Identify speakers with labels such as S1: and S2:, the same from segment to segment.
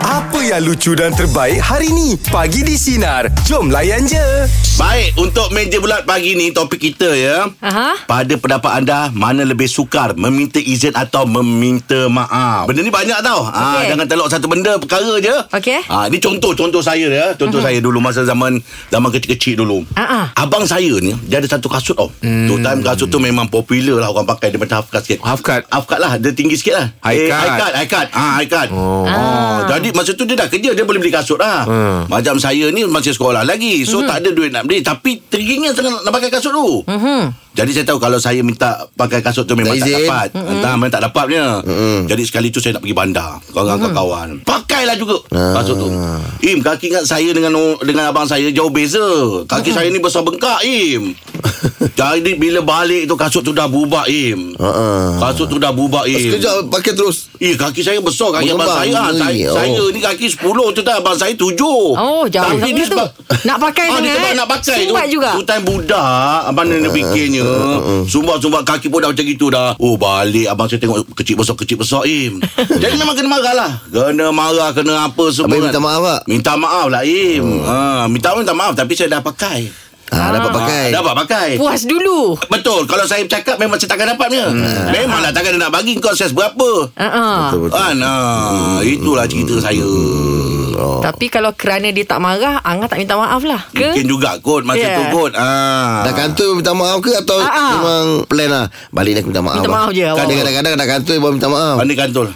S1: Apa yang lucu dan terbaik hari ni? Pagi di Sinar. Jom layan je.
S2: Baik, untuk meja bulat pagi ni topik kita ya.
S3: Aha.
S2: Pada pendapat anda, mana lebih sukar meminta izin atau meminta maaf? Benda ni banyak tau. Ah,
S3: Okey.
S2: jangan telok satu benda perkara je.
S3: Okey.
S2: Ah, ni contoh contoh saya ya. Contoh saya dulu masa zaman zaman kecil-kecil dulu.
S3: Ah,
S2: Abang saya ni dia ada satu kasut tau. Hmm. Tu time kasut tu memang popular lah orang pakai dia macam half cut sikit.
S4: Half cut.
S2: Half cut lah, dia tinggi sikit lah.
S4: High cut.
S2: high cut, high cut. Ah, high cut. Oh. Ah. Jadi masa tu dia dah kerja dia boleh beli kasut lah. Hmm. Macam saya ni masih sekolah lagi. So mm-hmm. tak ada duit nak beli tapi teringin sangat nak pakai kasut tu. Mhm. Jadi saya tahu kalau saya minta pakai kasut tu memang
S4: Tak
S2: tak,
S4: izin.
S2: dapat. Mm-hmm. Entah memang tak dapat punya. Mm-hmm. Jadi sekali tu saya nak pergi bandar. Kawan-kawan. Mm-hmm. Pakailah juga kasut tu. Im, kaki kat saya dengan o- dengan abang saya jauh beza. Kaki saya ni besar bengkak, Im. Jadi bila balik tu kasut tu dah bubak, Im.
S5: Ha-ha.
S2: Kasut tu dah bubak, Im.
S5: Ah. Sekejap pakai terus
S2: Eh kaki saya besar Kaki abang
S5: Mengembang.
S2: saya ah, saya,
S5: Oh.
S2: saya ni kaki 10 tu tak Abang saya 7 Oh
S3: jauh sangat tu. Nak pakai
S2: ah,
S3: sangat.
S2: Dia sebab nak pakai
S3: Sumbat
S2: tu
S3: juga.
S2: Tu time budak Abang
S5: Uh,
S2: dia fikirnya Sumbat-sumbat kaki pun dah macam gitu dah Oh balik Abang saya tengok Kecil besar-kecil besar Im Jadi memang kena marah lah Kena marah Kena apa semua
S5: Abang
S2: kan.
S5: minta maaf, Pak?
S2: Minta maaf lah Im ha, Minta maaf minta maaf Tapi saya dah pakai
S5: Ah, dapat pakai.
S2: Ah, Dapat pakai
S3: Puas dulu.
S2: Betul Kalau saya cakap Memang saya takkan dapatnya hmm. Memanglah takkan nak bagi Kau ses berapa
S3: Uh-uh.
S5: Betul.
S2: Ah,
S3: Hmm.
S2: nah, itulah cerita saya.
S3: Oh. Tapi kalau kerana dia tak marah, Angah tak minta maaf lah. Ke? Ya.
S2: Mungkin juga kot masa yeah.
S3: Yeah.
S2: tu kot. Ah.
S5: Dah kantor minta maaf ke Atau
S3: Ah, ah.
S5: memang plan lah Balik ni aku minta maaf
S3: Minta
S5: lah.
S3: maaf je awak.
S5: Kadang- Kadang-kadang dah kantor baru minta maaf
S2: Pandai kantor.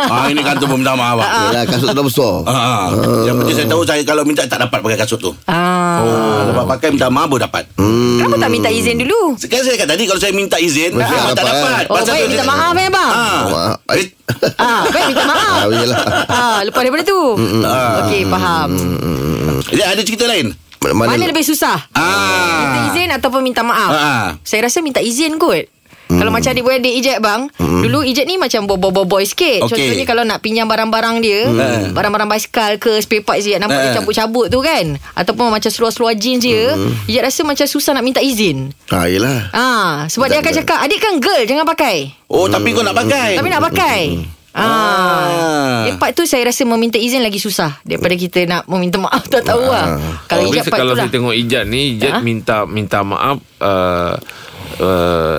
S2: ah, ini kantor pun minta maaf. Ah.
S5: Yelah kasut tu dah besar
S2: Ah. ah. Yang penting saya tahu saya kalau minta tak dapat pakai kasut tu.
S3: Ah.
S2: Ah, dapat pakai minta maaf baru dapat.
S5: Hmm.
S3: Kenapa tak minta izin dulu?
S2: Sekarang saya kata tadi kalau saya minta izin,
S5: Mesti
S2: ah,
S5: tak
S2: tak
S5: dapat.
S2: dapat.
S3: Oh,
S2: Pasal
S3: baik
S2: tu
S3: minta
S2: dia-
S3: maaf eh bang.
S2: Ah. lah.
S5: Maaf.
S2: Eh,
S3: Ah, baik minta maaf.
S5: Ah, yelah.
S3: Ah, lepas daripada tu. Okey, faham.
S2: eh, ada cerita lain?
S3: Mana lebih susah? Minta
S2: Ah.
S3: izin ataupun minta maaf?
S2: Ah.
S3: Saya rasa minta izin kot. Kalau
S2: Hmm.
S3: macam adik-beradik Ijat bang mm. Dulu Ijat ni macam boy-boy-boy sikit
S2: Okey.
S3: Contohnya kalau nak pinjam barang-barang dia
S2: Hmm.
S3: Barang-barang basikal ke Spare parts Ijat Nampak
S2: Eh. Hmm.
S3: dia cabut-cabut tu kan Ataupun macam seluar-seluar jeans dia Ijat rasa macam susah nak minta izin
S5: Ah, yelah
S3: Ah, Sebab dia akan cakap Adik kan girl jangan pakai
S2: Oh, tapi kau nak pakai.
S3: Tapi nak pakai
S2: Hmm.
S3: Ah. Eh, part tu saya rasa meminta izin lagi susah daripada kita nak meminta maaf tak tahu lah.
S2: Ah.
S3: Kalau
S4: Tapi
S3: ijat part
S4: kalau
S3: tu lah.
S4: saya tengok Ijat ni Ijat
S3: Ha?
S4: minta minta maaf uh, uh,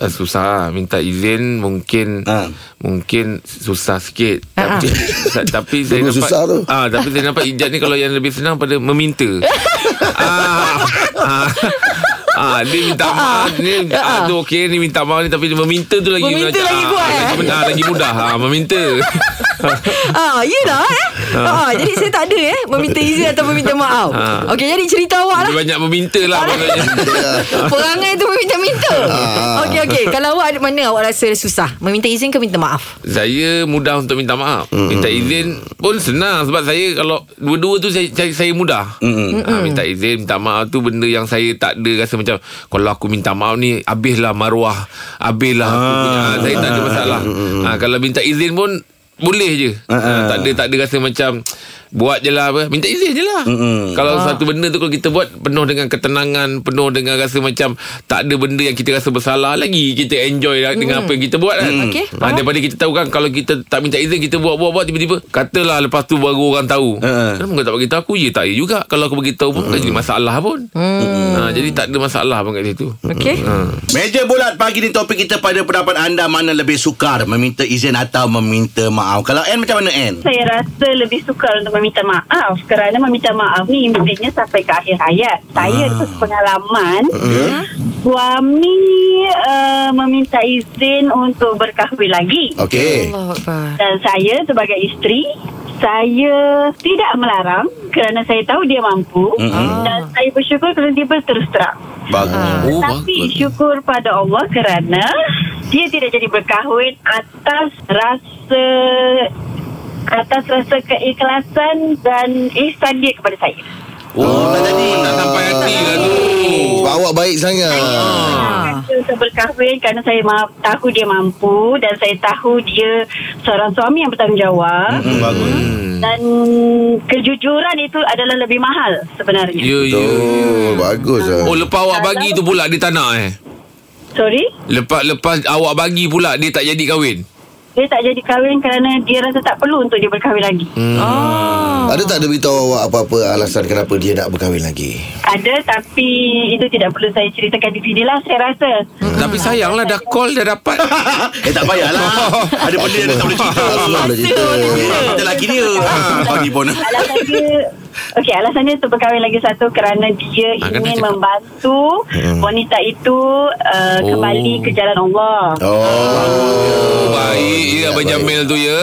S4: uh, susah minta izin mungkin
S2: Ha.
S4: mungkin susah sikit
S3: Ha, ha.
S4: tapi sa- tapi saya
S5: Dulu
S4: nampak
S5: susah tu.
S4: ah tapi saya nampak Ijat ni kalau yang lebih senang pada meminta ah, ah, ah
S3: Ha,
S4: dia minta maaf ni ah, tu okey ni minta maaf ni tapi dia meminta tu lagi
S3: Meminta
S4: macam,
S3: lagi kuat, eh?
S4: lagi, ah, lagi mudah ah meminta
S3: Ah, yelah eh. Ah, jadi saya tak ada eh meminta izin atau meminta maaf.
S4: Ah.
S3: Okey, jadi cerita awak lah.
S4: Lebih banyak meminta lah maknanya.
S5: Ya.
S3: Perangai tu meminta-minta. Okey okey, kalau awak ada mana awak rasa susah? Meminta izin ke minta maaf?
S4: Saya mudah untuk minta maaf Minta izin pun senang Sebab saya kalau Dua-dua tu saya, saya, saya mudah ha, Minta izin Minta maaf tu benda yang saya tak ada Rasa macam Kalau aku minta maaf ni Habislah maruah Habislah aku punya ha, Saya tak ada masalah ha, Kalau minta izin pun boleh je ha, tak ada tak ada rasa macam buat je lah apa minta izin je lah kalau satu benda tu kalau kita buat penuh dengan ketenangan penuh dengan rasa macam tak ada benda yang kita rasa bersalah lagi kita enjoy lah dengan apa yang kita buat kan
S3: Okey,
S4: ha,
S3: faham.
S4: daripada kita tahu kan kalau kita tak minta izin kita buat-buat-buat tiba-tiba katalah lepas tu baru orang tahu
S2: Ha.
S4: kenapa kau tak beritahu aku ya tak ya juga kalau aku beritahu pun tak jadi masalah pun ha, jadi tak ada masalah pun kat situ
S3: Okey.
S2: Meja bulat pagi ni topik kita pada pendapat anda mana lebih sukar meminta izin atau meminta maaf. Kalau N macam mana N?
S6: saya rasa lebih sukar untuk meminta maaf kerana meminta maaf ni mestinya sampai ke akhir hayat. Saya ah. pengalaman suami uh, meminta izin untuk berkahwin lagi
S5: Okey
S3: Allah Akbar.
S6: dan saya sebagai isteri saya tidak melarang kerana saya tahu dia mampu
S2: Mm-mm.
S6: dan saya bersyukur kerana dia berterus terang.
S5: Ah.
S4: oh
S2: Bagus.
S6: Tapi syukur pada Allah kerana dia tidak jadi berkahwin atas rasa atas rasa keikhlasan dan ihsan dia kepada saya.
S4: oh tak jadi tak sampai hati lah tu
S2: Oh.
S5: Sebab awak baik sangat
S3: Ah.
S6: Saya untuk berkahwin kerana saya ma- tahu dia mampu dan saya tahu dia seorang suami yang bertanggungjawab
S2: Hmm, Bagus.
S6: dan kejujuran itu adalah lebih mahal sebenarnya.
S4: ya ya
S5: Betul Bagus lah
S4: oh lepas awak bagi tu pula dia tak nak eh
S6: Sorry?
S4: lepas lepas awak bagi pula dia tak jadi kahwin
S6: Dia tak jadi kahwin kerana dia rasa tak perlu untuk dia berkahwin lagi.
S3: Oh.
S5: Ada tak ada beritahu awak apa-apa alasan kenapa dia nak berkahwin lagi?
S6: Ada tapi itu tidak perlu saya ceritakan di sini lah saya rasa.
S4: Tapi sayanglah dah call dah dapat.
S2: Eh tak payahlah Ada benda yang dia tak boleh cerita
S5: Tak semua boleh lah cerita.
S2: Kita lelaki dia ha, Pagi pun
S6: Alasan dia Okey, alasannya untuk berkahwin lagi satu kerana dia
S4: Ah, kena cakap.
S6: ingin
S4: Hmm.
S6: membantu wanita itu uh,
S4: Oh.
S6: kembali ke jalan Allah.
S5: Oh.
S4: Oh, baik ya Abang
S5: Baik.
S4: Jamil tu ya.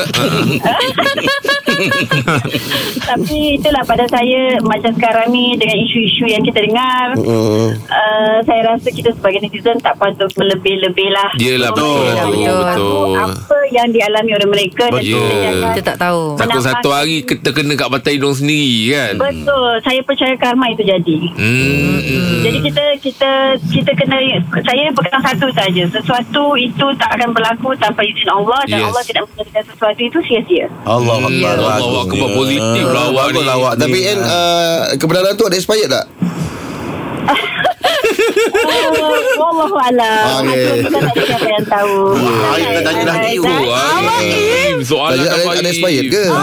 S6: Tapi itulah pada saya macam sekarang ni dengan isu-isu yang kita dengar
S5: Hmm.
S6: uh, saya rasa kita sebagai netizen tak patut melebih-lebih lah.
S4: Yelah, betul
S6: Kita
S4: lah tu,
S6: tahu
S4: betul.
S6: Apa yang dialami oleh mereka dan
S4: Betul.
S6: kita jangan
S3: Kita tak tahu.
S4: Takut satu hari kita kena kat patah hidung sendiri kan.
S6: Betul, saya percaya karma itu jadi.
S4: Hmm. hmm.
S6: Jadi kita kita kita kena saya pegang satu saja. Sesuatu itu tak akan berlaku tanpa izin Allah dan
S4: Yes.
S6: Allah tidak menjadikan sesuatu itu sia-sia.
S2: Allah Ya, Akbar
S4: Allah Akbar positif lah awak ni.
S5: Bagus lah awak Tapi kan
S2: Ah.
S5: uh, Kebenaran tu ada expired tak?
S6: Oh, wallahu
S5: Ah,
S6: alam.
S5: okey.
S6: Kita tak ada siapa yang tahu.
S2: Wah, kita tanya dah
S6: Baik,
S2: you. Ah.
S6: baik.
S4: Awak Im. Soalan
S5: Ada, ada,
S4: apa
S5: ada
S4: Im?
S5: expired ke? Ah,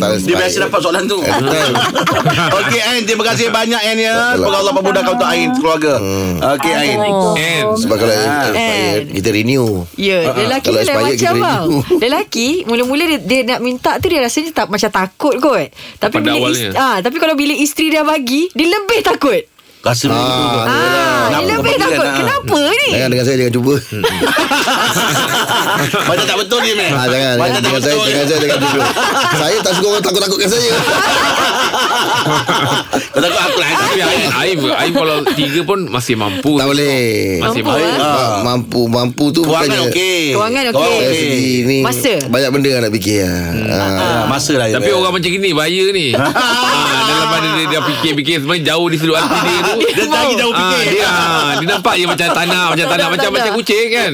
S5: tak ada expired.
S2: Dia biasa dapat soalan tu
S5: Eh, Betul.
S2: Okey Ain Terima kasih banyak Ain ya
S5: Betul Hmm. lah.
S2: Semoga Allah memudahkan untuk Ain Keluarga Okey Ain
S4: Em.
S5: Sebab kalau
S2: Ah.
S5: expired Kita renew
S3: Eh. Ya, lelaki
S5: ah, Kalau
S3: ni lain
S5: expired,
S3: macam
S5: kita
S3: tau.
S5: renew.
S3: Lelaki mula-mula dia, dia nak minta tu dia rasanya tak macam takut kot. Tapi
S4: Pada
S3: bila
S4: awalnya.
S3: isteri, ah, tapi kalau bila isteri dia bagi, dia lebih takut.
S2: Rasa macam tu tu.
S5: lah.
S3: Ah, dia lebih
S2: kau
S3: takut.
S2: panggil,
S3: Kenapa ni?
S5: Jangan dengan saya Jangan cuba
S2: nak? Macam tak betul ni Mel
S5: ah, Jangan
S2: Macam tak
S5: Dengan saya
S2: betul
S5: Dengan saya Jangan cuba Saya tak suka orang takut-takutkan saya
S2: Kau takut aku lah
S4: Tapi Aim, Aim, Aim kalau tiga pun masih mampu.
S5: Tak boleh
S4: Masih
S3: Mampu,
S4: mampu.
S3: eh?
S5: Ma- Mampu Mampu tu
S2: Kewangan
S5: bukannya-
S2: Ah. okey
S3: Kewangan okey.
S5: Dari
S2: Kewangan
S5: segi ni
S3: Masa.
S5: Banyak benda yang nak fikir ah.
S2: Ah, Masa lah
S4: Tapi orang macam gini bahaya ni. ha, dalam pada dia, dia fikir-fikir sebenarnya jauh di sudut hati dia tu.
S2: Dia lagi jauh
S4: Ah,
S2: fikir
S4: dia, ah, dia nampak je macam tanah, macam tanah, macam
S3: tanah.
S4: macam kucing kan.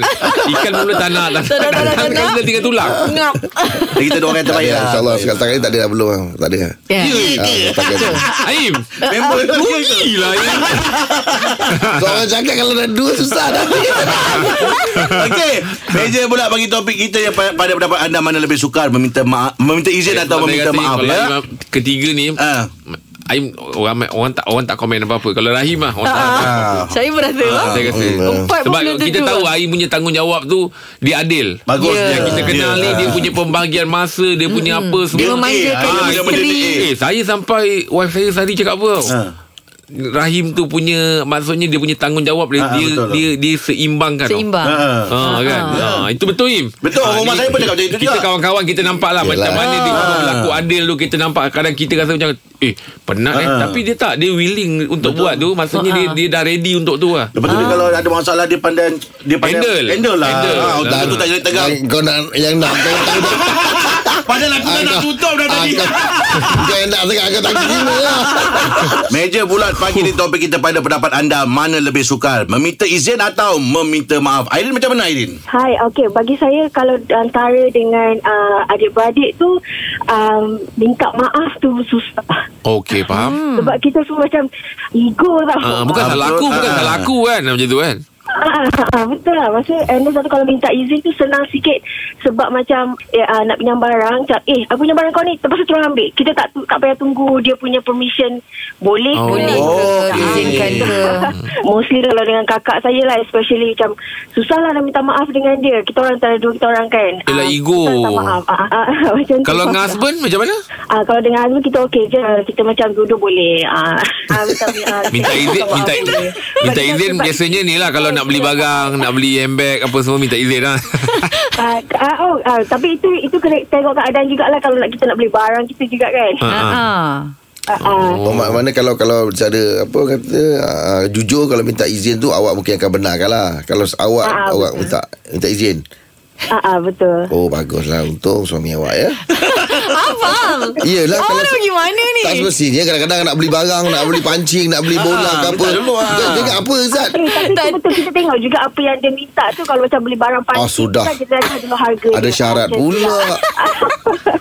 S4: Ikan mula tanah, tanah,
S3: Tanah,
S4: tanah,
S3: tanah,
S4: tanah,
S3: tanah.
S4: kan dia tiga tulang.
S3: Ngap.
S2: Jadi kita dua orang yang
S5: Tak
S2: terbaik
S5: ada
S2: lah
S5: InsyaAllah Sekarang ni tak ada dah belum bang. Tak ada
S3: Ya.
S5: Ah, tak ada.
S4: Aim,
S2: Member
S4: rugi lah Aim.
S5: Seorang cakap kalau dah dua susah dah
S2: Okey Meja pula bagi topik kita yang pa- Pada pendapat anda Mana lebih sukar Meminta maaf Meminta izin
S4: Sebab
S2: atau
S4: saya
S2: meminta
S4: kata,
S2: maaf
S4: kalau Oh.
S2: ya?
S4: Aim, Ketiga ni,
S2: Ah.
S4: Aim orang orang tak orang tak komen apa-apa. Kalau Rahim lah orang tak
S3: Ah.
S4: Ah,
S3: Saya berasa
S2: Ah.
S3: lah.
S4: Saya rasa
S5: Hmm.
S3: Empat
S4: Sebab
S3: bulan
S4: kita
S3: tentu
S4: tahu ah.
S3: lah.
S4: Aim punya tanggungjawab tu Dia adil
S2: Bagus
S3: Ya.
S2: dia.
S4: Yang kita kenal
S2: Dia.
S4: ni Dia punya pembagian masa Dia punya apa
S3: Dia
S4: semua
S3: memanjakan
S2: Ah, dia benda
S3: isteri.
S2: dia
S4: Eh saya sampai Wife saya sehari cakap apa tau
S2: Ha.
S4: Rahim tu punya Maksudnya dia punya tanggungjawab Dia
S2: Ah, ah,
S4: dia,
S2: betul tu.
S4: dia, dia seimbangkan tau.
S3: Seimbang.
S2: Ah.
S4: Ah, kan? Ah, itu betul Im.
S2: Betul,
S4: Ah,
S2: rumah
S4: ni-
S2: saya pun cakap macam itu
S4: Kita
S2: juga.
S4: kawan-kawan kita nampak lah macam
S5: Yelah.
S4: mana dia berlaku adil tu kita nampak kadang kita rasa macam eh penat eh
S2: Ah.
S4: tapi dia tak dia willing untuk buat tu maksudnya dia dia dah ready untuk tu lah.
S2: Lepas tu dia kalau ada masalah Dia pandai Dia pandai
S4: Handle.
S2: Handle lah
S4: Handle.
S2: Ah, Otak
S4: Ah.
S2: tu tak jadi tegang
S5: Yang Kau nak Yang nak Kau tak nak
S2: Padahal aku dah nak tutup dah tadi
S5: Ah, Kau yang nak sangat Kau tak terima lah
S2: Meja bulat pagi ni topik kita pada pendapat anda Mana lebih sukar Meminta izin atau meminta maaf Airin macam mana Airin?
S7: Hai, okey. Bagi saya kalau antara dengan uh,
S6: ah,
S7: adik-beradik tu um, minta maaf tu susah.
S4: Okey faham.
S7: Hmm. Sebab kita semua macam ego tau.
S4: Ah, bukan
S2: Ah,
S4: salah
S2: betul.
S4: aku bukan
S2: Ah.
S4: salah aku kan macam tu kan.
S7: Ah, ah, ah, betul lah. Maksudnya, and then satu kalau minta izin tu senang sikit. Sebab macam eh, ah, nak pinjam barang, macam, eh, aku pinjam barang kau ni, terpaksa terus ambil. Kita tak tak payah tunggu dia punya permission. Boleh
S4: Oh.
S7: oh.
S3: Boleh
S7: ke?
S3: ke?
S2: Oh,
S3: Tak
S2: okey.
S3: Izinkan ke?
S4: Ah,
S7: Mostly kalau dengan kakak saya lah especially macam susah lah nak minta maaf dengan dia. Kita orang antara dua kita orang kan.
S4: Yelah,
S7: Ah,
S4: ego.
S7: susah Minta maaf. Ah, ah, ah, macam tu.
S4: Kalau dengan husband macam mana?
S7: Ah, kalau dengan Azmi kita okey je. Kita macam duduk boleh. Ah, ah, minta, ah,
S4: Minta izin
S7: maaf
S4: minta
S7: boleh.
S4: minta
S7: Sebab-
S4: izin
S7: sebab-
S4: biasanya ni lah kalau nak beli barang, nak beli handbag apa semua minta izin lah.
S7: Ah, ah, oh, ah, tapi itu itu kena tengok keadaan jugalah kalau nak kita nak beli barang kita juga kan.
S4: Ah, ah.
S3: Ah.
S7: Ah, ah.
S5: Oh. Mak- Mana kalau kalau cara apa kata uh, jujur kalau minta izin tu awak mungkin akan benarkan lah. Kalau s- awak
S7: Ah,
S5: awak minta minta izin.
S7: Ah, ah, betul.
S5: Oh baguslah untung suami awak ya.
S3: Abang.
S5: Iyalah
S3: Awak
S5: kalau
S3: nak
S5: se-
S3: pergi mana ni?
S5: tak semestinya kadang-kadang nak beli barang, nak beli pancing, nak beli bola ke apa.
S2: minta dulu, ah.
S5: Jangan Tengok apa
S7: Eh,
S5: Zat.
S7: tapi
S3: Tak-
S7: tak. betul kita tengok juga apa yang dia minta tu kalau macam beli barang pancing
S5: Ah, sudah.
S7: kan kita dah dulu harga
S5: Ada
S7: dia.
S5: syarat
S7: Macam tu lah.
S5: pula.
S4: Ah.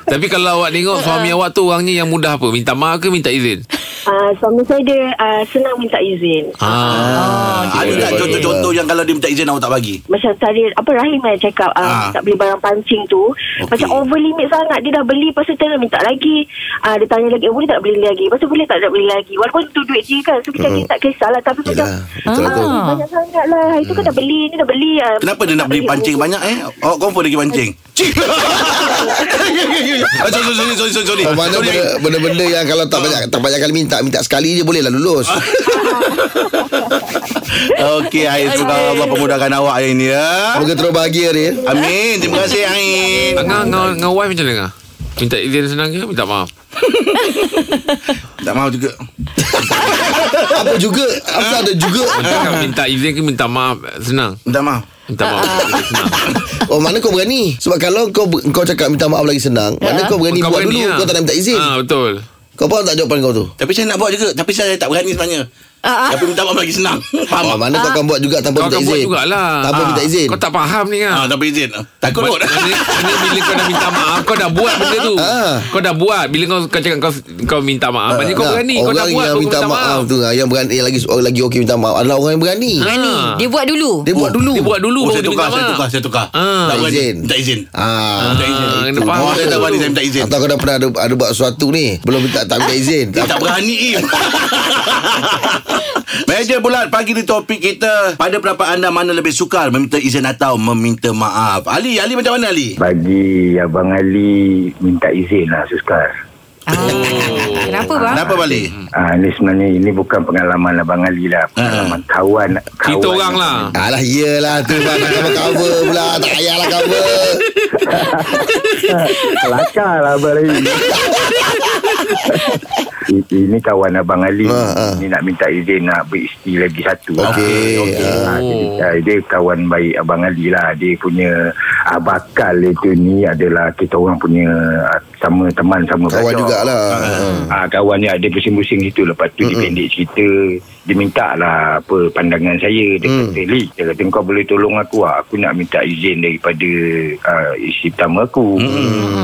S4: Tapi kalau awak tengok suami awak tu orangnya yang mudah apa? Minta maaf ke minta izin?
S7: uh, suami saya dia uh, senang minta izin.
S4: Ah,
S2: Ah, ada
S4: boleh,
S2: tak
S4: boleh.
S2: contoh-contoh yang kalau dia minta izin awak tak bagi?
S7: Macam tadi apa Rahim yang cakap uh,
S2: Ah.
S7: tak beli barang pancing tu okay.
S2: Okey.
S7: macam over limit sangat dia dah beli pasal terus minta lagi uh, dia tanya lagi eh, boleh tak beli lagi pasal boleh tak nak beli lagi walaupun tu duit dia kan so kita mm. tak kisahlah tapi
S5: Hmm. Yelah,
S7: macam
S5: betul lah tu.
S3: Ah.
S7: banyak sangat lah itu kan dah beli ni dah beli
S8: Ah,
S7: uh,
S2: Kenapa dia nak beli pancing banyak eh? Oh, confirm dia pergi pancing. Cik. Ah, sorry, sorry, sorry, sorry, sorry.
S5: Oh, Mana
S2: Sorry.
S5: benda- benda-benda yang kalau tak banyak tak banyak kali minta minta sekali je boleh lah lulus.
S2: Okey, Ain. Semoga Allah pemudahkan awak hari ini ya.
S5: Semoga terus bahagia dia.
S2: Amin. Terima kasih, Ain.
S4: Angah dengan, dengan wife macam mana? Angah? Minta izin senang ke? Minta maaf.
S2: Tak mahu juga.
S5: Apa juga? Apa ada juga?
S4: Cakap minta izin ke minta maaf eh, senang?
S2: Tak mahu.
S4: Minta maaf. senang.
S5: Oh mana Ah. kau berani? Sebab kalau kau ber- kau cakap minta maaf lagi senang, mana kau berani
S4: Ya. Kau
S5: buat
S4: berani,
S5: dulu
S4: ah.
S5: kau tak nak minta izin.
S4: Ah betul.
S5: Kau faham tak jawapan kau tu?
S2: Tapi saya nak buat juga. Tapi saya tak berani sebenarnya.
S3: Ah, ah.
S2: Tapi minta maaf lagi senang.
S5: Ah,
S2: Faham?
S5: mana kau akan buat juga
S4: Kau
S5: tanpa minta
S4: akan
S5: izin.
S4: buat jugalah.
S5: Tanpa
S4: Ah,
S5: minta izin.
S4: Kau tak faham ni kan?
S2: Ah, tak boleh izin. Takut kot.
S4: Maksudnya, maksudnya bila kau dah minta maaf Kau dah buat benda tu
S5: Ah.
S4: Kau dah buat Bila kau, kau cakap kau, kau minta maaf Maksudnya kau
S5: Nah,
S4: ah, berani Kau dah
S5: orang
S4: buat
S5: yang
S4: Kau
S5: minta maaf, tu ah, yang berani yang lagi orang lagi okey minta maaf adalah orang yang berani.
S3: Berani.
S4: Ah.
S3: Dia buat dulu.
S5: Dia buat dulu.
S4: Dia buat dulu
S2: Oh,
S4: baru
S2: saya
S4: dia
S2: tukar,
S4: minta
S2: saya
S4: maaf.
S2: tukar, saya tukar.
S4: Ah.
S2: Tak
S5: Minta
S2: berani.
S5: izin.
S2: Minta izin.
S5: Ah.
S2: Minta izin.
S4: Ah, kena faham
S2: Oh, saya tak
S4: tu.
S2: berani saya minta izin.
S5: Atau kau dah pernah ada, ada buat sesuatu ni Belum minta tak minta izin
S2: Dia tak berani Im Meja bulat pagi di topik kita Pada pendapat anda mana lebih sukar Meminta izin atau meminta maaf Ali, Ali macam mana Ali?
S9: Bagi Abang Ali minta izin lah Suskar.
S3: Ah.
S4: Oh.
S3: Kenapa bang?
S2: Kenapa Ali?
S9: Ah, ini sebenarnya ini bukan pengalaman Abang Ali
S5: Ha.
S9: lah. Pengalaman kawan. kawan.
S4: Kita orang lah
S5: Alah iyalah tu bang Nak cover cover pula Tak payahlah cover
S9: Kelakar lah Abang Ali. I- ini kawan Abang Ali.
S5: Ha, ha.
S9: Ini nak minta izin nak beristi lagi satu. lah.
S5: Okey, Oh.
S9: Ah,
S4: ah.
S9: jadi, ah, dia kawan baik Abang Ali lah. Dia punya ah, bakal itu ni adalah kita orang punya ah, sama teman sama
S5: Kawan
S9: pelajar.
S5: jugalah
S9: Ah, kawan ni ada pusing-pusing situ Lepas tu dia pendek cerita Dia minta lah apa pandangan saya Dia kata Lee Dia kata kau boleh tolong aku lah Aku nak minta izin daripada uh, isteri pertama aku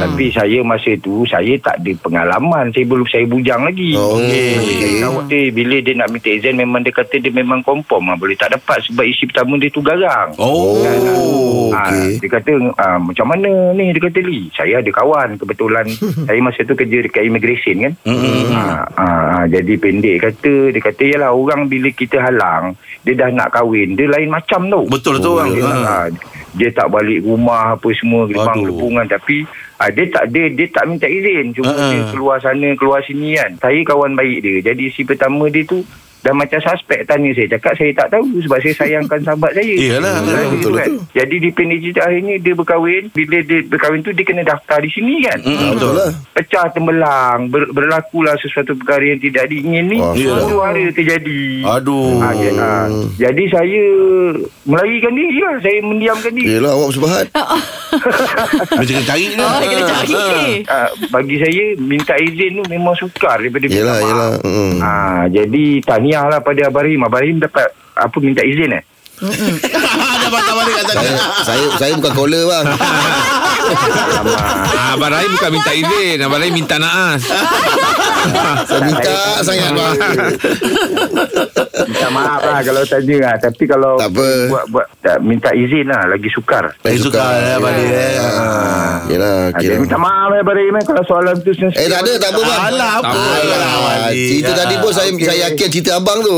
S9: Tapi saya masa tu Saya tak ada pengalaman Saya belum saya bujang lagi
S5: Oh, okey.
S9: Kawan dia bila dia nak minta izin Memang dia kata dia memang konform lah Boleh tak dapat sebab isteri pertama dia tu garang
S2: Oh,
S5: Oh
S9: Okay.
S5: okay.
S9: Ha, dia kata ah, macam mana ni dia kata Lee saya ada kawan kebetulan saya masa tu kerja dekat immigration kan
S2: Hmm,
S9: mm-hmm. ha, ha, ha, jadi pendek kata dia kata yalah orang bila kita halang dia dah nak kahwin dia lain macam tau
S2: betul tu orang
S9: dia,
S2: Ah.
S9: ha, dia tak balik rumah apa semua gerbang
S2: Aduh.
S9: lepungan tapi ha, dia tak dia, dia tak minta izin cuma
S2: Ha-ha.
S9: dia keluar sana keluar sini kan saya kawan baik dia jadi si pertama dia tu dah macam suspek tanya saya cakap saya tak tahu sebab saya sayangkan sahabat saya Kan,
S2: Iyalah, betul,
S9: gitu
S2: betul.
S9: kan. jadi di pendek cerita akhirnya dia berkahwin bila dia berkahwin tu dia kena daftar di sini kan
S2: Mm, Betul
S5: lah
S9: pecah tembelang ber, berlakulah sesuatu perkara yang tidak diingini
S5: Wah.
S9: satu hari terjadi
S2: Aduh
S9: Ha, ya, ha.
S2: ah.
S9: Jadi saya melayikan diri lah. Saya mendiamkan diri.
S5: Yelah awak bersebahat
S2: Macam Ah, kena cari ni
S3: Oh, dia kena cari.
S2: lah.
S5: Ya.
S9: Ha, bagi saya minta izin tu memang sukar daripada minta
S5: Yelah
S9: maaf.
S5: yelah mm.
S9: Ha,
S2: Ah.
S9: jadi tahniah lah pada Abang Rahim. Abang Rahim dapat apa minta izin eh?
S2: Ah, Dah patah balik kat sana
S5: saya, saya saya bukan caller bang
S4: ah, Abang Rahim bukan minta izin Abang Rahim minta naas
S5: Saya minta sangat bang
S9: Minta maaf lah kalau tanya lah. Tapi kalau
S5: Tak apa.
S9: buat, buat tak, minta izin lah lagi sukar.
S2: Saya suka lah Balik eh
S5: Ah, Yelah
S9: Ha,
S5: kira
S9: jadi minta maaf lah Abang Rahim eh, kalau soalan tu sensitif.
S5: Eh tak ada tak apa bang
S2: Alah apa
S4: Tak apa.
S2: lah,
S5: Ah,
S2: Ali.
S5: Cerita
S2: Ah.
S5: tadi pun saya saya yakin cerita abang tu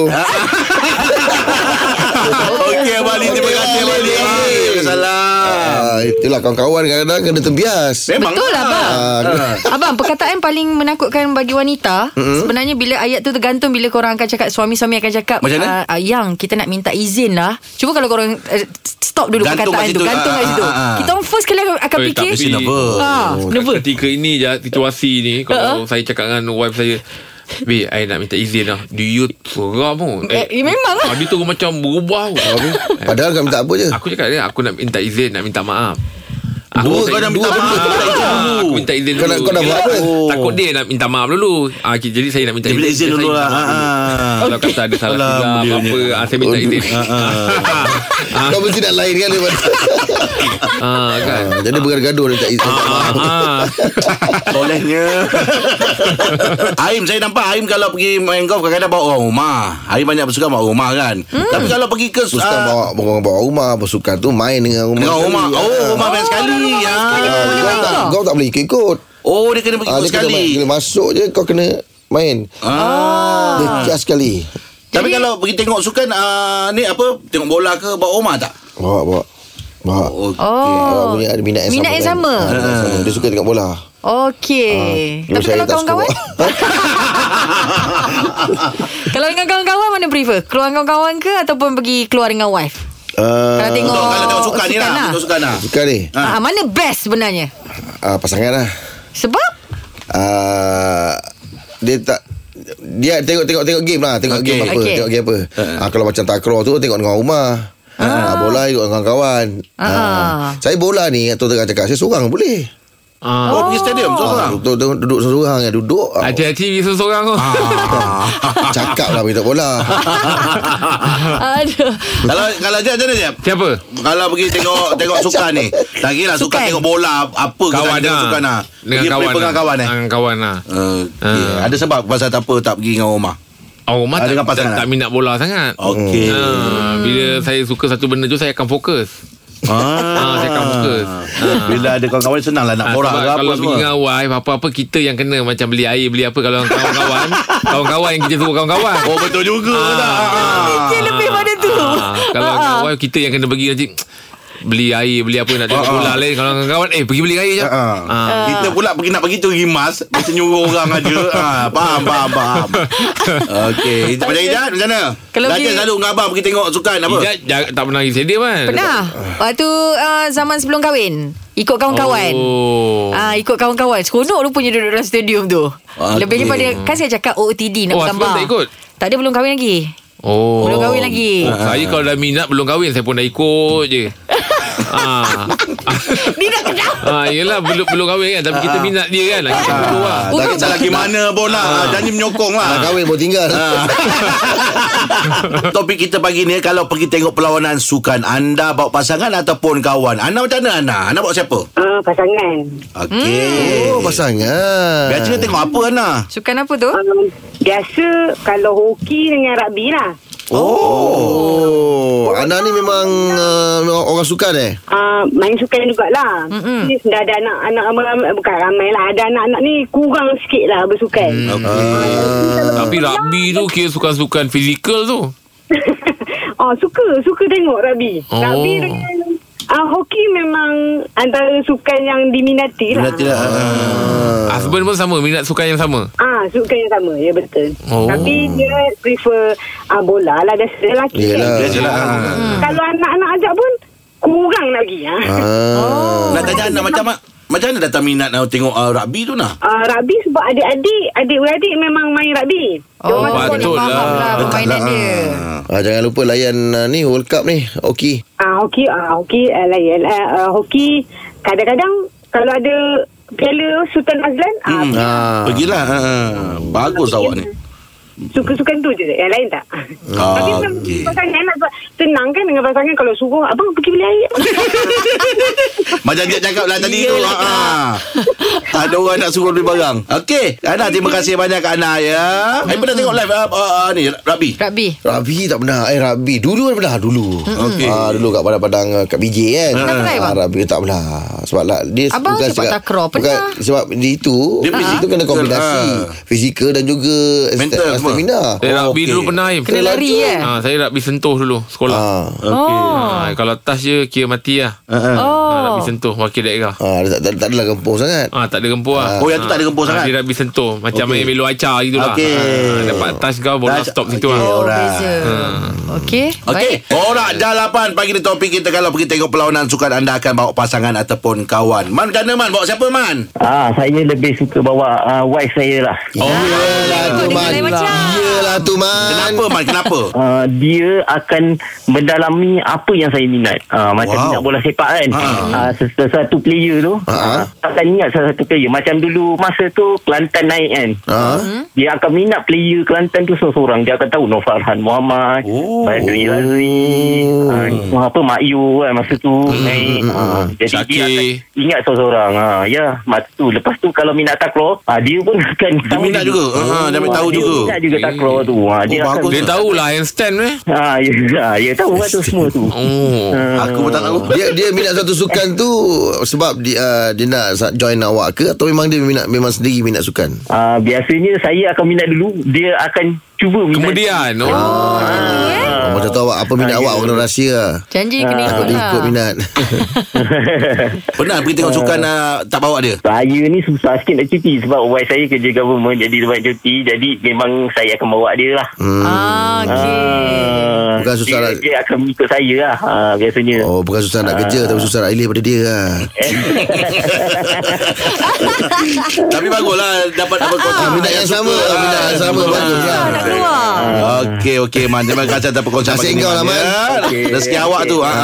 S2: Okey Abang Ali Terima
S5: Okey,
S2: kasih Abang Ali
S5: Ali.
S2: Salam
S5: Ah, Itulah kawan-kawan kadang-kadang kena terbias
S2: Memang
S3: Betul lah bang
S2: Ah.
S3: Abang perkataan paling menakutkan bagi wanita mm-hmm. Sebenarnya bila ayat tu tergantung Bila korang akan cakap Suami-suami akan cakap
S2: Macam mana?
S3: "Ah, Ayang kita nak minta izin lah Cuba kalau korang uh, Stop dulu
S2: Gantung
S3: perkataan
S2: kat
S3: tu
S2: situ.
S3: Gantung kat
S2: Ah,
S3: situ
S2: ah, ah, ah.
S3: Kita orang first kali akan akan
S4: Eh,
S3: fikir
S4: tapi-
S2: Kenapa?
S3: ah,
S4: Kenapa? Oh, Ketika ini je situasi ni Kalau
S3: Ha,
S4: saya cakap dengan wife saya Babe, I nak minta izin lah Do you seram pun
S3: Eh, eh, memang lah.
S4: Habis tu macam berubah pun.
S5: Padahal kau minta apa je
S2: Ah.
S4: Aku cakap dia Aku nak minta izin Nak minta maaf
S2: Dua kau dah minta maaf minta izin dulu.
S4: Aku minta izin dulu
S5: Kau nak- kau nak buat apa?
S4: Oh. Takut dia nak minta maaf dulu ah, ki- Jadi saya nak minta
S2: Dia minta izin
S4: Saya
S2: dulu
S4: minta
S2: lah.
S4: maaf dulu.
S2: Ah.
S4: Kalau kata ada salah
S2: Alam,
S4: silap
S2: dia
S4: Apa
S2: punya. Ah,
S4: ah, Saya minta izin
S5: Kau mesti nak lain kan daripada
S4: ah, kan?
S5: Ah, Jadi bergaduh dia tak izin
S4: Ah,
S2: Solehnya Aim saya nampak Aim kalau pergi main golf Kadang-kadang bawa orang rumah Aim banyak bersukan bawa rumah kan Tapi kalau pergi ke
S5: Pasukan
S2: ah,
S5: bawa bawa bawa rumah Pasukan tu main dengan rumah
S2: Dengan rumah
S4: ya.
S2: Oh rumah main sekali
S5: Ah,
S2: Ah.
S5: kau tak, kau tak boleh ikut-ikut
S2: Oh dia kena pergi
S5: ah,
S2: ikut
S5: Dia kena
S2: sekali
S5: main Bila masuk je Kau kena main
S2: Ah.
S5: Dia just sekali
S2: Tapi kalau pergi tengok sukan ah, Ni apa Tengok bola ke bawa rumah tak
S5: Bawa bawa Bawa Bawa
S3: Oh.
S5: punya ada minat yang
S3: Minat yang
S5: sama kan?
S3: sama.
S5: Ah, minat yang sama. Dia suka tengok bola
S3: Okey.
S5: Cuma
S3: Tapi
S5: saya
S3: kalau
S5: tak suka
S3: kawan-kawan?
S5: bawa.
S3: Kalau dengan kawan-kawan mana prefer? Keluar dengan kawan-kawan ke ataupun pergi keluar dengan wife?
S5: Ah,
S3: Kalau tengok
S2: Kalau tengok sukan ni lah
S3: lah.
S2: Tengok sukan lah
S5: Suka ni
S3: Ah, mana best sebenarnya?
S5: ah, Pasangan lah
S3: Sebab
S5: Ah, Dia tak dia tengok tengok tengok game lah tengok
S2: Okey.
S5: game apa
S3: Okey.
S5: tengok game apa ah, kalau macam takraw tu tengok dengan rumah ah. bola ikut dengan kawan ah.
S3: Ah.
S5: saya bola ni atau tengah cakap saya seorang boleh
S4: ah.
S2: Oh pergi
S5: ah,
S2: stadium seorang
S5: duduk, duduk, duduk seorang ya duduk ah,
S4: Hati-hati seorang-seorang tu
S2: Ah.
S5: cakap lah beritahu bola
S3: ada
S2: Kalau kalau jap macam mana jap
S4: Siapa?
S2: kalau pergi tengok tengok sukan ni. Tak kira sukan
S3: Sukan.
S2: tengok bola apa ke
S4: Kawan
S2: tak kira
S4: lah
S2: sukan ah.
S4: Dengan kawan
S2: Dengan
S4: lah.
S2: kawan eh.
S4: Dengan kawan lah
S2: Uh,
S4: Ah.
S2: Ada sebab pasal tak apa tak pergi dengan rumah.
S4: Oh, rumah
S2: Ah,
S4: tak,
S2: dengan pasangan
S4: tak,
S2: lah.
S4: tak minat bola sangat
S2: Okey.
S4: Ah, bila saya suka satu benda tu Saya akan fokus Ah,
S2: Ah,
S4: saya akan fokus. Ah.
S2: Bila ada kawan-kawan senanglah nak
S4: Ah,
S2: borak
S4: sebab
S2: ke apa
S4: kalau pergi
S2: semua.
S4: dengan wife Apa-apa kita yang kena Macam beli air Beli apa Kalau kawan-kawan Kawan-kawan yang kita suruh kawan-kawan
S2: Oh betul juga
S4: Ah.
S2: lah.
S3: Dia lebih pada tu.
S4: Ah, Kalau
S3: Ah,
S4: dengan
S3: ah.
S4: wife Kita yang kena pergi nanti Beli air Beli apa Nak tengok bola lain Kalau dengan kawan Eh pergi beli air je
S2: Ah. Kita pula pergi nak pergi tu rimas Mesti nyuruh orang aja ah, Faham faham faham Okey Macam Ijat macam mana?
S3: Kalau
S2: Lagi
S3: pergi-
S2: selalu dengan abang pergi tengok sukan apa?
S4: Ijat ja- tak pernah pergi stadium kan
S3: Pernah Waktu uh, zaman sebelum kahwin Ikut kawan-kawan
S4: Oh.
S3: Ah ikut kawan-kawan Seronok rupanya duduk dalam stadium tu
S2: Ah,
S3: Lebih
S2: okey.
S3: daripada Kan saya cakap OOTD nak
S4: Oh,
S3: bergambar
S4: sebelum tak ikut?
S3: Tak ada belum kahwin lagi
S4: Oh.
S3: Belum kahwin lagi.
S2: Ah,
S4: Oh, saya kalau dah minat belum kahwin saya pun dah ikut je. ah.
S3: Dia nak kenal
S4: ah, yelah belum belum kahwin kan tapi kita minat dia kan. Kita perlu lah.
S2: Ah, tak kisah lagi mana pun
S4: Ah.
S2: lah Janji menyokong lah
S5: nak kahwin pun tinggal
S2: Ah, Topik kita pagi ni Kalau pergi tengok perlawanan sukan Anda bawa pasangan ataupun kawan Anda macam mana Ana? Ana bawa siapa?
S8: Ah, pasangan.
S2: Okey
S5: oh pasangan
S2: Biasanya tengok apa Ana?
S3: Sukan apa tu?
S8: Um, biasa kalau hoki dengan rugby lah.
S5: oh Ana ni memang uh, memang orang sukan eh
S8: Uh, main sukan jugalah. Mm-hmm. Dah ada anak-anak ramai, bukan ramai lah. Ada anak-anak ni kurang sikit lah bersukan.
S2: Hmm.
S6: Hmm.
S4: Tapi
S3: Ya
S4: rugby tu kira sukan-sukan fizikal tu.
S8: oh, suka. Suka tengok rugby.
S4: Oh.
S8: Oh. Rugby dengan uh, hoki memang antara sukan yang diminati lah.
S2: Berarti lah Ah.
S4: Husband pun sama minat sukan yang sama.
S8: Ah, sukan yang sama. Ya, betul.
S4: Oh.
S8: Tapi dia prefer uh, bola lah. Dia lelaki.
S5: Yelah.
S8: kan.
S2: ah.
S8: Hmm. Kalau anak-anak ajak pun kurang lagi. Ha?
S3: Oh.
S5: Ah.
S2: Nak tanya Ana macam Macam mana datang minat nak tengok uh, rugby tu nak?
S8: Uh, rugby sebab adik-adik, adik-beradik memang main rugby.
S3: Oh,
S4: orang
S3: patut lah.
S4: sukan.
S3: Faham lah
S4: Patut
S3: permainan dia
S5: Ah, jangan lupa layan ah, ni World Cup ni Hoki
S8: Ah, hoki, ah, hoki uh, lain. Uh, uh, hoki kadang-kadang kalau ada piala Sultan Azlan, ah,
S2: Hmm.
S5: ah.
S2: Pergilah ha, ha. Bagus awak ni
S8: suka-sukan tu je. Yang lain tak.
S2: Ah,
S8: Tapi memang
S2: okey.
S8: pasangan nak buat tenang kan dengan pasangan kalau suruh abang pergi beli air.
S2: Macam dia cakap lah tadi tu ha, ha. Ada orang nak suruh beli barang Okey Ana terima kasih banyak Kak Ana ya Saya pernah tengok live uh, uh, ni rugby
S3: Rugby
S5: Rabi tak pernah Eh Rabi Dulu kan pernah Dulu
S2: Okey.
S5: ah, Dulu kat padang-padang ah, Kat BJ kan
S3: Pernah try, bang?
S5: Rabi tak pernah Sebab lah dia
S3: Abang sepak
S5: cakap-
S3: takraw,
S5: bukan,
S3: pernah.
S5: Sebab dia itu
S2: Dia
S5: Dia
S2: fizikal,
S5: Itu kena kombinasi
S2: ah.
S5: Fizikal dan juga
S2: Mental semua.
S5: Stamina
S4: Saya
S2: Oh,
S4: rugby
S2: okey.
S4: dulu pernah Im.
S3: Kena lari eh
S4: Ah, saya rugby sentuh dulu sekolah.
S5: ah.
S3: Oh
S4: Ah, kalau tas je kira mati lah. Ah,
S3: Oh
S4: rugby sentuh wakil daerah.
S5: Ah, dia tak, tak, tak adalah gempur sangat
S4: Ah tak ada gempur lah.
S2: Oh, yang tu tak ada gempur
S4: Ah,
S2: sangat?
S4: Dia rugby sentuh macam
S2: Okey.
S4: main belo acar gitulah.
S2: Okey.
S4: Ah, dapat touch kau bola
S2: Touch,
S4: stop situ
S2: okey.
S4: lah.
S3: Oh
S2: Alright.
S3: beza
S5: Hmm.
S3: Okey Baik
S2: Okey, Borak Jalapan Pagi ni topik kita Kalau pergi tengok perlawanan sukan Anda akan bawa pasangan Ataupun kawan Man macam mana Man? Bawa siapa Man?
S10: Ah, saya lebih suka bawa uh, wife saya lah.
S5: Oh,
S3: Ikut dengan lain macam
S5: Yelah tu man
S2: Kenapa Man Kenapa
S10: uh, dia akan mendalami apa yang saya minat. Uh, macam
S2: Wow.
S10: wow. minat bola sepak kan.
S2: Ha.
S10: Uh, sesuatu player tu
S5: Ha.
S2: Ah.
S10: uh, akan minat sesuatu player. Macam dulu masa tu Kelantan naik kan.
S2: Ah.
S5: Ha?
S4: Hmm.
S10: Dia akan minat player Kelantan tu seorang-seorang. Dia akan tahu Nor Farhan Muhammad,
S2: Oh. Hmm.
S10: oh. Badri Razri, oh. uh, apa Mayu kan masa tu naik. Uh, jadi dia
S4: Syakir.
S10: akan ingat seorang-seorang. Uh, ya, masa tu. Lepas tu kalau minat takraw, uh, dia pun akan
S2: Dia
S10: tahu Ah,
S2: minat juga. Ha, dia ambil tahu
S10: dia
S2: juga.
S10: minat juga takraw tu. Uh, dia
S2: Oh,
S10: akan
S2: bagus.
S4: Dia tahulah handstand eh.
S10: Ha, ya, ya, ya tahu lah tu semua tu.
S4: Oh.
S2: Aku pun tak tahu
S5: Dia dia minat satu sukan tu sebab dia uh, dia nak sa- join awak ke atau memang dia minat memang sendiri minat sukan?
S10: Ha, biasanya saya akan minat dulu, dia akan cuba minat. Ha.
S4: Kemudian oh.
S5: Uh, macam tu awak apa minat
S10: Ah,
S5: awak
S10: ya.
S5: orang rahsia lah.
S3: Janji kena ikut
S5: Takut dia
S3: lah
S5: ikut minat.
S2: Pernah pergi tengok sukan uh, Tak bawa dia
S10: Saya ni susah sikit nak cuti sebab wife saya kerja government jadi tempat cuti. Jadi memang saya akan bawa dia lah. Hmm.
S3: ah, okay.
S5: Bukan susah
S10: dia,
S5: nak-
S10: dia akan ikut saya lah ha, biasanya.
S5: Oh bukan susah nak kerja tapi susah nak elih pada dia lah.
S2: Tapi baguslah Dapat dapat konsen
S5: Ah, minat yang sama, minat yang sama
S2: Ah.
S5: bagus lah.
S3: Nak keluar
S2: Okey okey Man Terima kasih atas perkongsian
S5: Nasib
S2: pagi ni,
S5: kau lah, Man. Ah.
S2: ya. Rezeki awak tu lah, ha.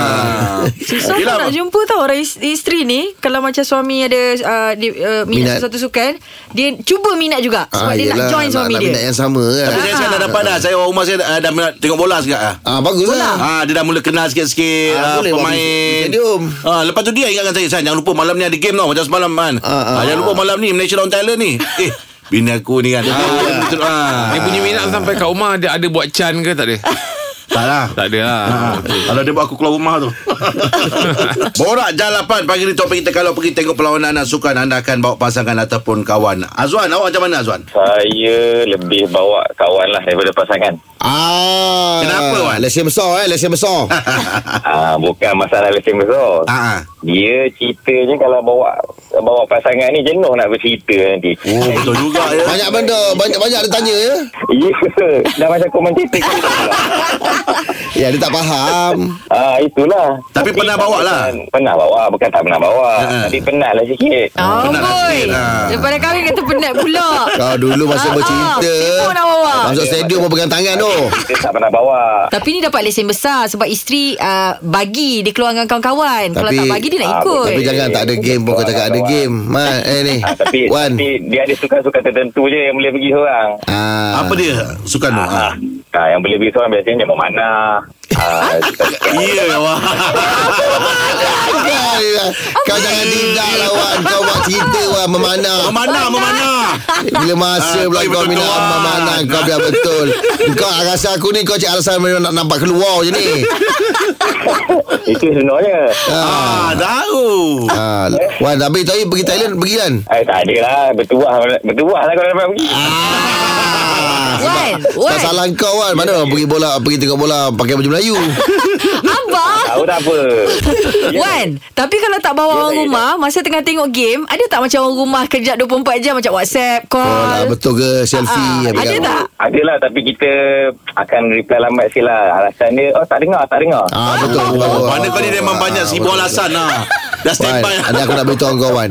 S3: Susah
S5: lah,
S2: Yelah,
S3: Yelah, nak jumpa tau Orang is- isteri ni Kalau macam suami ada uh, di, uh, Minat,
S5: Minat.
S3: satu sukan Dia cuba minat juga Sebab
S5: Ah,
S3: dia
S5: yelah,
S3: nak join suami
S5: nak
S3: dia
S5: minat yang sama kan.
S2: Tapi
S3: Ah.
S2: saya sekarang dah dapat dah Saya orang rumah saya dah, dah minat Tengok bola sekarang ah.
S5: Ah bagus lah.
S2: Ah, dia dah mula kenal sikit-sikit
S5: Ah,
S2: ah,
S5: boleh buat di
S2: pemain.
S5: stadium.
S2: Ah, lepas tu dia ingatkan saya, "San, jangan lupa malam ni ada game tau macam semalam kan.
S5: Ah, ah.
S2: Ah, jangan lupa malam ni Malaysia lawan Thailand ni." Eh, bini aku ni kan. Ah, betul. Ah.
S4: Dia punya minat sampai kat rumah Dia ada buat can ke tak ada
S2: Tak lah.
S4: Tak ada lah
S2: Kalau dia buat aku keluar rumah tu Borak Jalapan Pagi ni topik kita Kalau pergi tengok perlawanan anak sukan Anda akan bawa pasangan Ataupun kawan Azwan awak macam mana Azwan?
S9: Saya lebih bawa kawan lah daripada pasangan.
S5: Ah.
S2: Kenapa, Wan?
S5: Lesen besar eh, lesen besar.
S9: Ah, bukan masalah lesen besar.
S2: Ah, ah.
S9: Dia ceritanya kalau bawa bawa pasangan ni jenuh nak bercerita nanti.
S2: Oh betul juga ya
S5: Banyak benda, banyak-banyak dia tanya ya.
S9: Ya, dah macam komentator kali dah pula.
S5: Ya dia tak faham.
S9: Ah, itulah.
S2: Tapi pernah bawa lah.
S9: Pernah bawa, bukan tak pernah bawa.
S2: Ha.
S9: Tapi penat lah sikit.
S3: Oh
S2: Penat lah
S3: boy
S2: sikit
S5: ah.
S2: lah.
S3: Daripada kahwin kata penat pula
S5: Kau dulu
S3: Ah,
S5: masa
S3: ah,
S5: bercinta.
S3: sibuk nak bawa.
S5: Masuk stadium pun pegang tangan tu.
S9: Kita tak pernah bawa.
S3: Tapi ni dapat lesen besar Sebab isteri uh, Bagi Dia keluar dengan kawan-kawan Kalau
S5: Tapi-
S3: tak bagi dia nak
S9: Ah,
S3: ikut
S5: Tapi jangan tak ada game pun kau cakap ada game. Mat eh ni.
S9: Ah, tapi,
S5: Wan.
S9: tapi dia ada sukan-sukan tertentu je yang boleh pergi seorang.
S5: Ah.
S2: Apa dia? Sukan tu ah.
S9: Ah, ah, yang boleh pergi seorang biasanya dia mau mana. Ah, sukan-sukan.
S2: Ya awak
S5: Kau jangan tidak lah Wan Kau buat cerita Wan Memanah
S2: Memanah Memanah
S5: Bila masa
S2: Ah,
S5: pula
S2: kau
S5: kau
S2: betul-betul
S5: minat
S2: Wan.
S5: Memanah Kau biar betul Kau ah, rasa aku ni Kau cik alasan memang nak nampak keluar je ni
S9: Itu sebenarnya.
S5: ah.
S2: Ah, tahu
S5: ah. Wan habis tadi pergi Thailand Pergi kan
S9: Eh, tak ada lah. Bertuah, bertuah lah kalau dapat pergi.
S5: ah.
S3: Wan
S5: Tak
S3: Wan
S5: salah kau Wan Mana pergi bola Pergi tengok bola Pakai baju Melayu
S3: Abang
S9: Tahu tak apa.
S5: Ya.
S3: Wan Tapi kalau tak bawa orang
S9: ya,
S3: rumah Masa tengah tengok game Ada tak macam orang rumah Kejap 24 jam Macam whatsapp
S5: Oh, lah,
S3: Call
S5: Betul ke
S3: Ah,
S5: selfie habis
S3: Ada
S5: kan?
S3: tak
S9: Adalah tapi kita akan reply lambat sikit lah. Alasan dia, oh tak dengar, tak dengar.
S5: Ah betul. Oh,
S2: Mana kau ni memang banyak Sibuk alasan lah Dah
S5: Wan,
S2: stand by
S5: ada aku nak beritahu kau Wan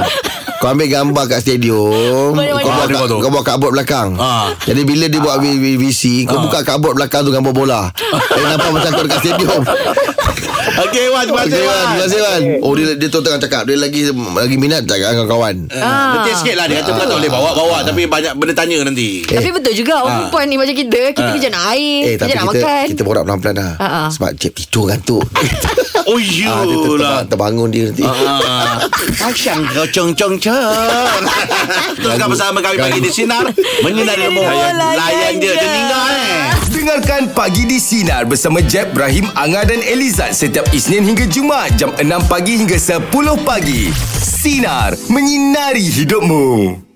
S5: Kau ambil gambar kat stadium
S3: Boleh, boleh.
S5: Kau buat,
S2: Ada
S5: kat,
S2: kau tu.
S5: kau buat cardboard belakang
S2: Ah.
S5: Jadi bila dia buat V- V- VC Kau buka cardboard belakang tu gambar bola Dia nampak macam kau dekat stadium
S2: Okey Wan Terima kasih
S5: Okey Wan Terima
S2: Wan
S5: kasih Wan Oh dia, dia tu tengah cakap Dia lagi lagi minat cakap dengan kawan
S2: Ah. Betul sikit lah Dia kata pula tak boleh bawa-bawa Tapi banyak benda tanya nanti
S3: Tapi betul juga Orang perempuan ni macam kita Kita kejap nak air
S5: Ah. Eh
S3: Kejap
S5: tapi
S3: nak
S5: kita
S3: makan
S5: Kita borak pelan-pelan lah
S3: Ah, ah.
S5: Sebab cip tidur ngantuk
S2: Oh
S5: ah, Dia ter-
S2: yulah
S5: terbang- terbangun dia nanti
S2: Ah, Macam kau cong cong cong Teruskan bersama kami pagi di Sinar Menyinari rumah Layan je Dia tinggal eh
S1: Dengarkan Pagi di Sinar bersama Jeb, Ibrahim, Anga dan Elizad setiap Isnin hingga Jumaat jam 6 pagi hingga 10 pagi. Sinar. Menyinari hidupmu.